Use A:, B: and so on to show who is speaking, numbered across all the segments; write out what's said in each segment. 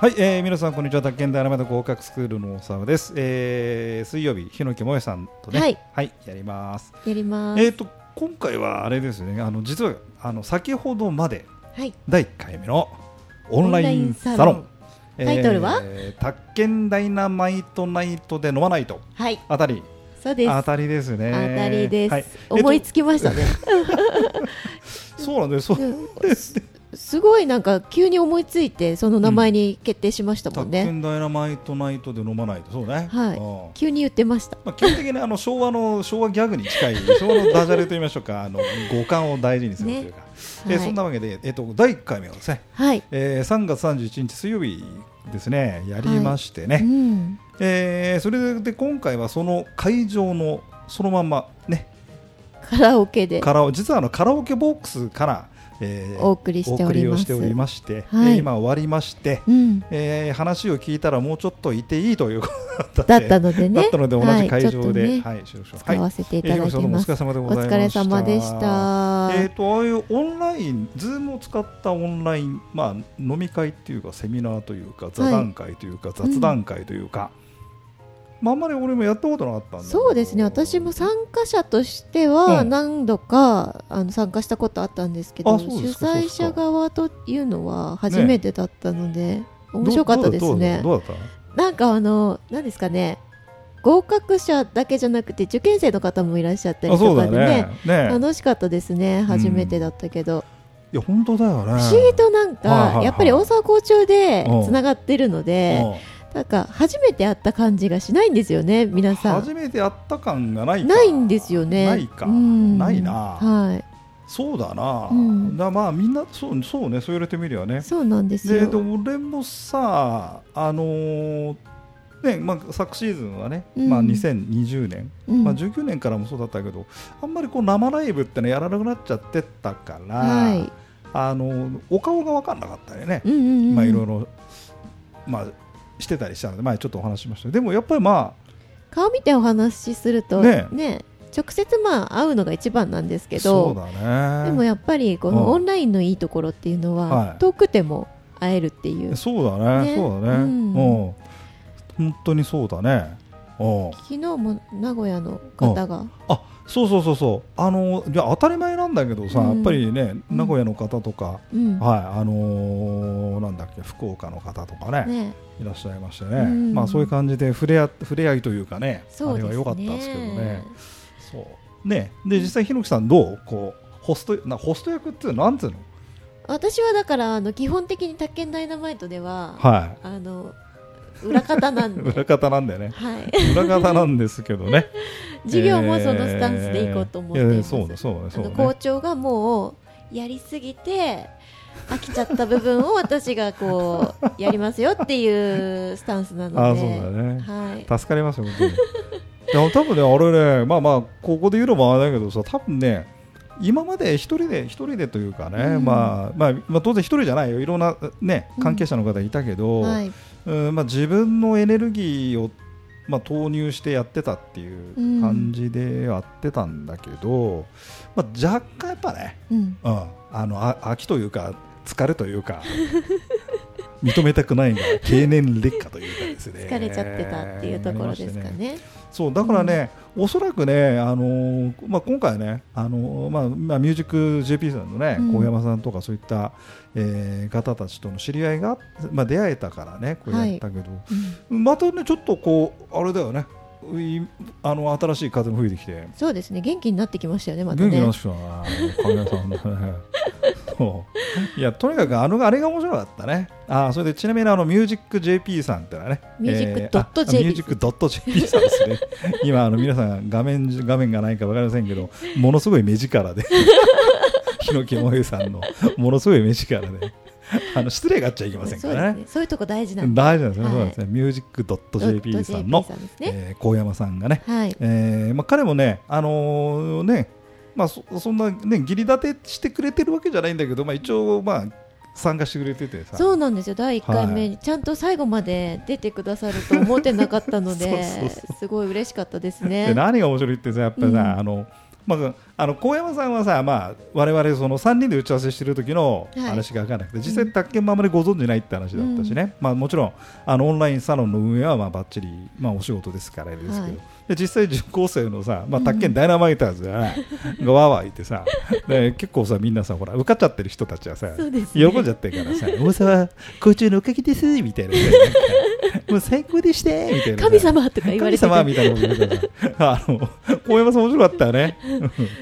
A: はい、えー、皆さんこんにちは宅建大学の合格スクールの大沢です、えー、水曜日日野木萌さんとね
B: はい、
A: やります
B: やります。
A: えっ、と今回はあれですねあの実はあの先ほどまで
B: はい。
A: 第1回目のオンラインサロン
B: オンラインタイトルは
A: えー宅建ダイナマイトナイトで飲まないと
B: はい。
A: あたり
B: そうです。
A: あ
B: 当
A: たりですね
B: たりです。
A: はい
B: 思い
A: えっ
B: つきましたね。
A: とそうなんですそうですね
B: す ごいなんか急に思いついてその名前に決定しましたも
A: 宅
B: んね。
A: 建ダイナマイトナイトで飲まないとそうね
B: はい
A: うん
B: 急に言ってました。
A: まあ、基本的にあの 昭和の昭和ギャグに近い 昭和のダジャレと言いましょうかあの五感を大事にするというか、えー
B: はい
A: そんなわけで、えっと第1回目はですね、
B: はい。
A: えー、3月31日水曜日ですねやりましてね、
B: うん。
A: えーそれで今回はその会場のそのまんまね
B: カラオケで。
A: カラオ実はあのカラオケボックスから、えー
B: お送りしており
A: お
B: ます
A: 送をしておりまして、
B: はい
A: えー今終わりまして、
B: うん。
A: えー話を聞いたらもうちょっといていいということ
B: だ
A: だ
B: ったので
A: だ
B: ね。
A: ったので同じ会場で、
B: はいちょっとね
A: はい、収録しましたはい
B: 使わせてい
A: えー
B: た
A: ひろ
B: だ
A: きさん
B: き
A: どうもお
B: ま
A: 疲
B: す。
A: れ様で
B: お
A: ございました
B: 疲れ様でした。
A: えっ、とああいうオンラインズームを使ったオンラインまあ飲み会っていうかセミナーというか座談会というか、雑談会というか、まああんまり俺もやったことなかったんで
B: そうですね私も参加者としては
A: うん
B: 何度か、あの参加したことあったんですけど
A: あ
B: 主
A: そうですか
B: 催者側というのは初めてだったので、面白かったですね
A: どうだどうだどうだっ
B: なんかあの何ですかね合格者だけじゃなくて受験生の方もいらっしゃった
A: た
B: り
A: あそ
B: と
A: う
B: か
A: だ
B: で
A: ね
B: ね
A: ね
B: 楽しかったですね初めてだったけど、
A: いや本当だよね
B: 不思議となんか、
A: はいはいはい
B: やっぱり大沢校長で
A: うん
B: つながってるので、なんか初めて会った感じがしないんですよね
A: うん
B: 皆さん
A: 初めてやった感がないか
B: ないんですよね。
A: ないか、
B: うん
A: ないな、
B: は
A: そうだな、
B: うん
A: だまあみんなそうそうねそう言われてみりゃね
B: い。そうなんです
A: で
B: よ。
A: で俺もさあのーねまあ、昨シーズンはね、
B: うん
A: まあ、2020年、
B: うん
A: まあ、19年からもそうだったけどあんまりこう生ライブってのやらなくなっちゃってたから、
B: はい。
A: あのーお顔が分かんなかったりね、
B: うんうんうん。
A: まあ、いろいろ、まあ、してたりしたので前ちょっとお話ししましたけどでもやっぱりまあ
B: 顔見てお話しすると
A: ね
B: ね、直接まあ会うのが一番なんですけ
A: そう
B: ど、
A: だね
B: でもやっぱりこ
A: うん
B: のオンラインのいいところっていうの
A: は
B: はい遠くても会えるっていう。
A: そうだね
B: ね
A: そうだね、う
B: うんん
A: 本当にそうだねうん
B: 昨日も名古屋の方が、
A: あそうそうそうそうあのいや当たり前なんだけどさ、
B: うん
A: やっぱりね
B: うん
A: 名古屋の方とか、
B: うん、
A: はいあのーなんだっけ福岡の方とかね
B: ね、
A: いらっしゃいましてね、
B: うん
A: まあそういう感じで触れあ触れ合いというかね
B: そ
A: あ
B: う
A: れ
B: で
A: は
B: すね。
A: 良かったんですけどねそうねで実際ひのきさんどうこうホストなホスト役っていうのなんつうの
B: 私はだからあの基本的に宅建ダイナマイトでは、
A: は
B: あの裏方なん
A: い
B: で、
A: 裏方なんだよね
B: はい。
A: 裏方なんですけどね
B: 授業もそのスタンスでいこうと思ってい
A: えーい
B: ま
A: や
B: す、
A: そうだそうだ
B: あ
A: そう
B: の
A: だ、
B: 校長がもうやりすぎて飽きちゃった部分を私がこうやりますよっていうスタンスなので
A: あーそうだね
B: はい、
A: 助かりますよ、本当に。でも多分ね、あれね、まあまあ、ここで言うのもあれだけどさ、多分ね、今まで一人で、一人でというかね、
B: うん
A: まあ、まあ、まあ、当然一人じゃないよ、いろんなね、関係者の方いたけど、
B: はい
A: うんまあ、自分のエネルギーを、まあ、投入してやってたっていう感じでやってたんだけど、まあ、若干やっぱね、
B: うん、
A: うん、あのあ飽きというか、疲れというか。 認めたくないが経年劣化というかですね
B: 疲れちゃってたっていうところですかね。
A: そうだからね、おそらくね、あのーまあ、今回ね、あのーまあまあ、ミュージック JP さんのね、
B: うん
A: 小山さんとかそういった、えー方たちとの知り合いが、まあ、出会えたからね、こうやったけど、
B: うん
A: またね、ちょっとこう、あれだよね、いあの新しい風も吹いてきて、
B: そうですね元気になってきましたよねまた
A: 元気
B: ね
A: になってきたな、神谷さんのね。 そういやとにかくあのあれが面白かったね。あーそれでちなみにあのミュージック JP さんってのはね、
B: ミュージック
A: えーあ
B: .jp
A: ミュージック .jp さんです ね。今あの皆さん画面じ画面がないかわかりませんけど、ものすごい目力で日野木萌さんのものすごい目力で、あの失礼があっちゃいけませんか
B: そうで
A: ら
B: す
A: ね。
B: ねそういうとこ大事なんで
A: 大事なんですね。
B: はい
A: そうなんですね。ミュージック .jp さんの
B: .jp ですね、
A: えー高山さんがね。
B: はい
A: えーまあ、彼もね、あのーねまあ、そそんな、ね、義理立てしてくれてるわけじゃないんだけど、まあ、一応、まあ、参加してくれててさ
B: そうなんですよ第1回目
A: は
B: にちゃんと最後まで出てくださると思ってなかったので
A: そうそうそ
B: すごい嬉しかったです
A: で
B: ね。
A: 何が面白いってさやっぱりさ、
B: うん
A: あのまあ、あの高山さんはさ、まあ、我々その3人で打ち合わせしてる時の
B: はい
A: 話が分からなくて、実際、宅建もあまりご存じないって話だったしね、まあ、もちろんあのオンラインサロンの運営はまあばっちり、まあ、お仕事ですからあれですけど、
B: はい
A: で実際、受講生のさ、まあ、
B: うん
A: 宅建ダイナマイタ ーズがねがわーわー言ってさで結構さみんなさほら受かっちゃってる人たちはさ、
B: そうです
A: 喜
B: ね
A: んじゃってるからさ「大沢校長のおかげです」みたいなさもう最高でしたみたいなさ
B: 神様とか言わ
A: 神
B: れて
A: 様
B: て
A: みたいなこと言ってたあの大山さん面白かったよね。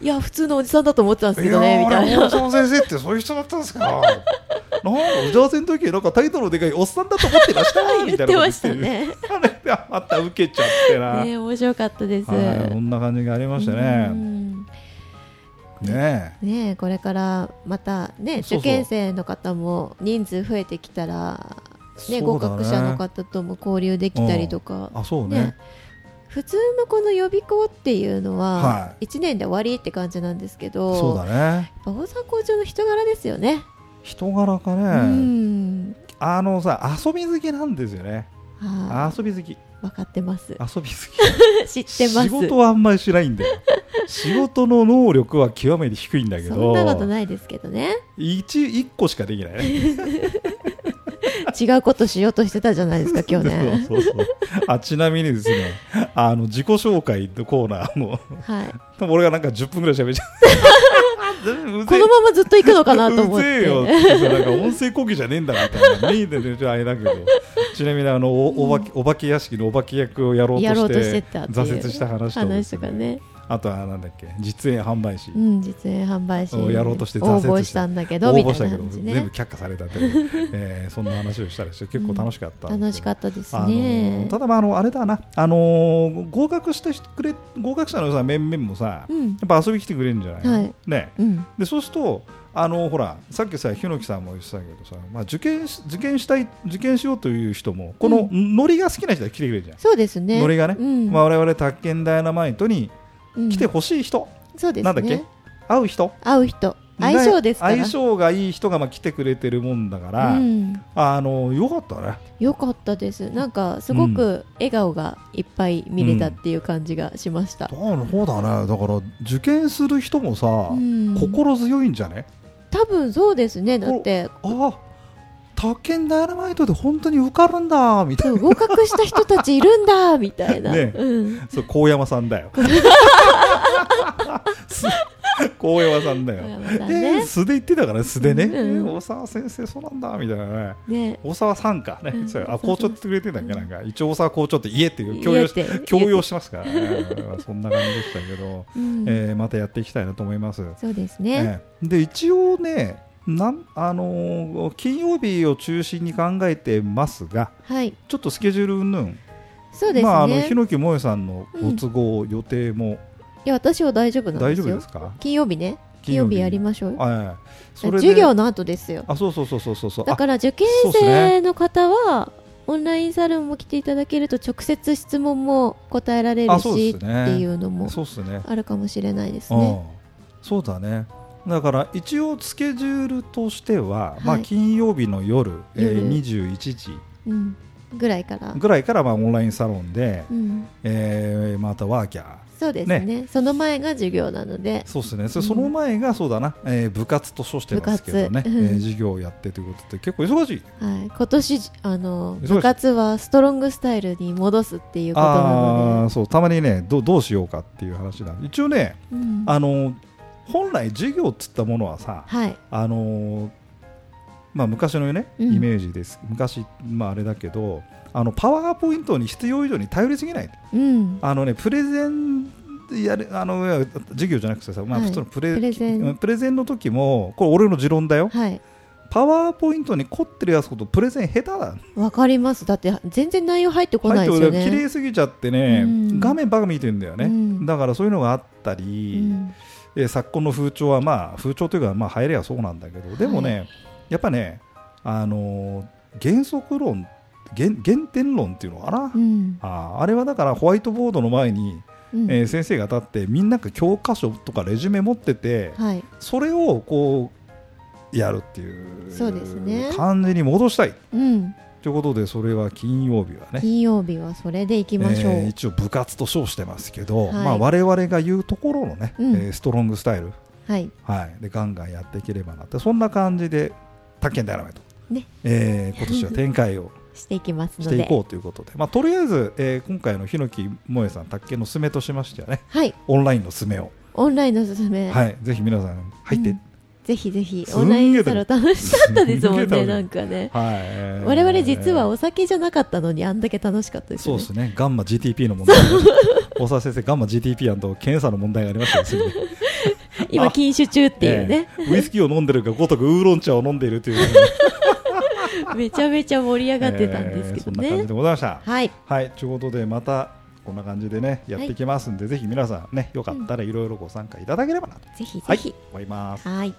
B: いや普通のおじさんだと思ってたんです
A: い
B: け
A: や
B: どね
A: ー
B: みたい
A: 俺大
B: な
A: 山先生ってそういう人だったんですか。なんか打ち合わせの時なんかタイトルのでかいおっさんだと思ってました みたい
B: 言
A: なこと
B: って
A: 言
B: ま
A: っ
B: してた
A: る。
B: ね
A: あれがまた受けちゃってな。
B: ね面白かったです、
A: はい、こんな感じがありました
B: う
A: ね。
B: ん
A: ね
B: ねえこれからまたね
A: そうそう
B: 受験生の方も人数増えてきたら、
A: え、
B: ね
A: そう
B: 合
A: だね
B: 格者の方とも交流できたりとか、
A: あ、そうね。
B: ね普通のこの予備校っていうの
A: は
B: は1年で終わりって感じなんですけど、
A: そうだね。
B: やっぱ大阪校長の人柄ですよね。
A: 人柄かね、
B: うん、
A: あのさ遊び好きなんですよね。
B: は
A: 遊び好き、遊
B: い、分かってます。
A: び好き。
B: 知ってま
A: 仕
B: す。
A: 事はあんまりしないんだよ仕事の能力は極めて低いんだけ
B: そん
A: ど
B: なことないですけどね。
A: 一一個しかできないね
B: 違うことしようとしてたじゃないですか、今日ね。
A: そうそうそうあちなみにですねあの自己紹介のコーナーも
B: はい。
A: 多分俺がなんか10分ぐらい喋っちゃ う
B: このままずっと行くのかなと思っ。
A: うぜえよっててさなんか音声講義じゃねえんだみたいなメインで全然あれだけどちなみにあのおお化けお化け屋敷のお化け役をやろうと
B: やろう
A: し
B: とし
A: て
B: てたっていう
A: 挫折した話と
B: 話とかね。
A: あとはなんだっけ実演販売士
B: うん、実演販売士
A: をやろうとして挫
B: 応
A: 折した
B: 募したんだけど
A: 応
B: みた
A: 募
B: い
A: した
B: な
A: けど、
B: 感じ
A: 全部
B: ね。
A: 却下されたというえーそんな話をしたりして結構楽しかった、
B: 楽しか
A: っ
B: ったです
A: あのー
B: ね
A: た。だまああのあれだな、あのー合格してくれ合格者のさ面々もさ、
B: う
A: や
B: ん、
A: っぱ遊びに来てくれるんじゃない、
B: はい
A: ね
B: うん、
A: でそうするとあのーほらさっきさひのきさんも言ってたけどさ、まあ、受験し受験したい受験しようという人もこのノリが好きな人は来てくれるじゃん、
B: そうですね。
A: ノリがね、
B: うん
A: まあ、我々宅建ダイナマイトに
B: うん
A: 来てほしい人、
B: そうですね。
A: なんだっけ会う人
B: 会う人、相性ですから。
A: 相性がいい人がまあ来てくれてるもんだから、
B: うん、
A: あのよかったね
B: よかったです。なんかすごく笑顔がいっぱい見れたっていう感じがしました。
A: そうだねだから受験する人もさ、
B: うん
A: 心強いんじゃね
B: 多分そうですね。だって
A: あ他県ダイナマイトで本当に受かるんだみたい
B: そう合格した人たちいるんだみたいな。
A: ね
B: うん、
A: なそう高山さんだよす高山さんだよ
B: 高山さん
A: で
B: ね
A: 素で言ってたから素でね、
B: うんうん
A: え大沢先生そうなんだみたいなね
B: ね。
A: 大沢さんかね、
B: うん
A: そうあ
B: そうそう
A: 校長って言ってくれてたっけなんか一応大沢校長って言えっていう強要し
B: 言えって
A: 強要してますからね うんそんな感じでしたけど、
B: うん
A: えーまたやっていきたいなと思います。
B: そうですね。
A: ええで一応ねなん、あのー金曜日を中心に考えてますが
B: はい。
A: ちょっとスケジュールうんぬん、
B: そうですね。
A: まああの
B: い
A: 日野木萌さんのご都合、予定も
B: や私は大丈夫なん
A: 大丈
B: です
A: 夫で
B: よ
A: す。か
B: 金曜日ね。金曜日やり
A: す
B: ましょうよ。
A: それで
B: 授業の後ですよ。
A: あそうそうそうそうそうそう
B: だから受験
A: そうっすね
B: 生の方は、オンラインサロンも来ていただけると直接質問も答えられ
A: あ
B: る
A: そうで
B: し、
A: す
B: っ
A: ね
B: ていうのも
A: そうっすね
B: あるかもしれないですね。
A: うん、そうだねだから一応スケジュールとしては、
B: はい
A: まあ、金曜日の夜えー
B: 夜
A: 21時
B: うん、ぐらいから。
A: ぐらいからまあオンラインサロンで、
B: うん、
A: えーまたワーキャー
B: そうですねその前が授業なので、
A: そうですねそ,、
B: うん
A: の前がそうだな、えー部活と称してますけどね
B: 部、活うん
A: えー授業をやってということで結構忙しい
B: はい、今年あの
A: 忙しい
B: 部活はストロングスタイルに戻すっていうこと
A: あ
B: なの
A: ーそうたまにねどうどうしようかっていう話なんで一応ね
B: で、うん
A: あの本来授業っつったものはさ
B: はい、
A: あのーまあ、昔のねイ
B: うん
A: メージです、昔、まあ、あれだけどあのパワーポイントに必要以上に頼りすぎない
B: うん、
A: あの、ね、プレゼンやるあのいや授業じゃなくてさ、まあ、
B: はい
A: 普通のプレ,、
B: プレゼン
A: プレゼンの時もこれ俺の持論だよ
B: はい、
A: パワーポイントに凝ってるやつほどプレゼン下手だ
B: わかります。だって全然内容入ってこないです
A: 入
B: よ
A: って
B: ね。
A: 綺麗すぎちゃってね、
B: うん
A: 画面ばっか見てるんだよね、
B: うん
A: だからそういうのがあったり、
B: うん
A: えー昨今の風潮はまあ風潮というかまあ流行りはそうなんだけどでもね、
B: は
A: やっぱね、あのー原則論原原点論っていうのかな、
B: うん
A: あーあれはだからホワイトボードの前に、
B: うん
A: えー先生が立ってみんなが教科書とかレジュメ持ってて
B: はい、
A: それをこうやるっていう
B: そうですね
A: 感じに戻したい
B: うん、
A: ということでそれは金曜日はね
B: 金曜日はそれでいきましょう、
A: えー一応部活と称してますけど、
B: はい
A: まあ、我々が言うところのね、
B: うん
A: えーストロングスタイル、
B: はい
A: はい、でガンガンやっていければなってそんな感じで「宅建ダイナマイト」
B: ね
A: え ー今年は展開を
B: していきます
A: し
B: の
A: て
B: で
A: いこうということで、まあ、とりあえず、えー今回の檜木萌えさん宅建のすめとしましてはね
B: はい
A: オンラインのすめを、
B: オンラインのおすすめ、
A: はい、ぜひ皆さん入って、
B: うんぜひぜひ
A: すん
B: オン
A: げ
B: ラ
A: え
B: インサロン楽しかったですも
A: す
B: ん
A: んげえ楽 しい
B: ねなんかね
A: はいえー
B: 我々実はお酒じゃなかったのにあんだけ楽しかったです
A: そ
B: よ
A: う
B: ね
A: ですね、ガンマ GTP の問題、 大沢先生、ガンマ GTP& 検査の問題がありましたですね。
B: 今禁酒中っていうね、
A: ええウイスキーを飲んでるがごとくウーロン茶を飲んでいるという、
B: めちゃめちゃ盛り 上がってたんですけど
A: ええそんな感
B: ね
A: じ、でございました。
B: はい
A: はい、ということで、またこんな感じでね、やっていきますんで、ぜひ皆さんね、よかったらいろいろご参加いただければなと
B: ぜひぜ
A: はい
B: ひ
A: 思います。
B: はい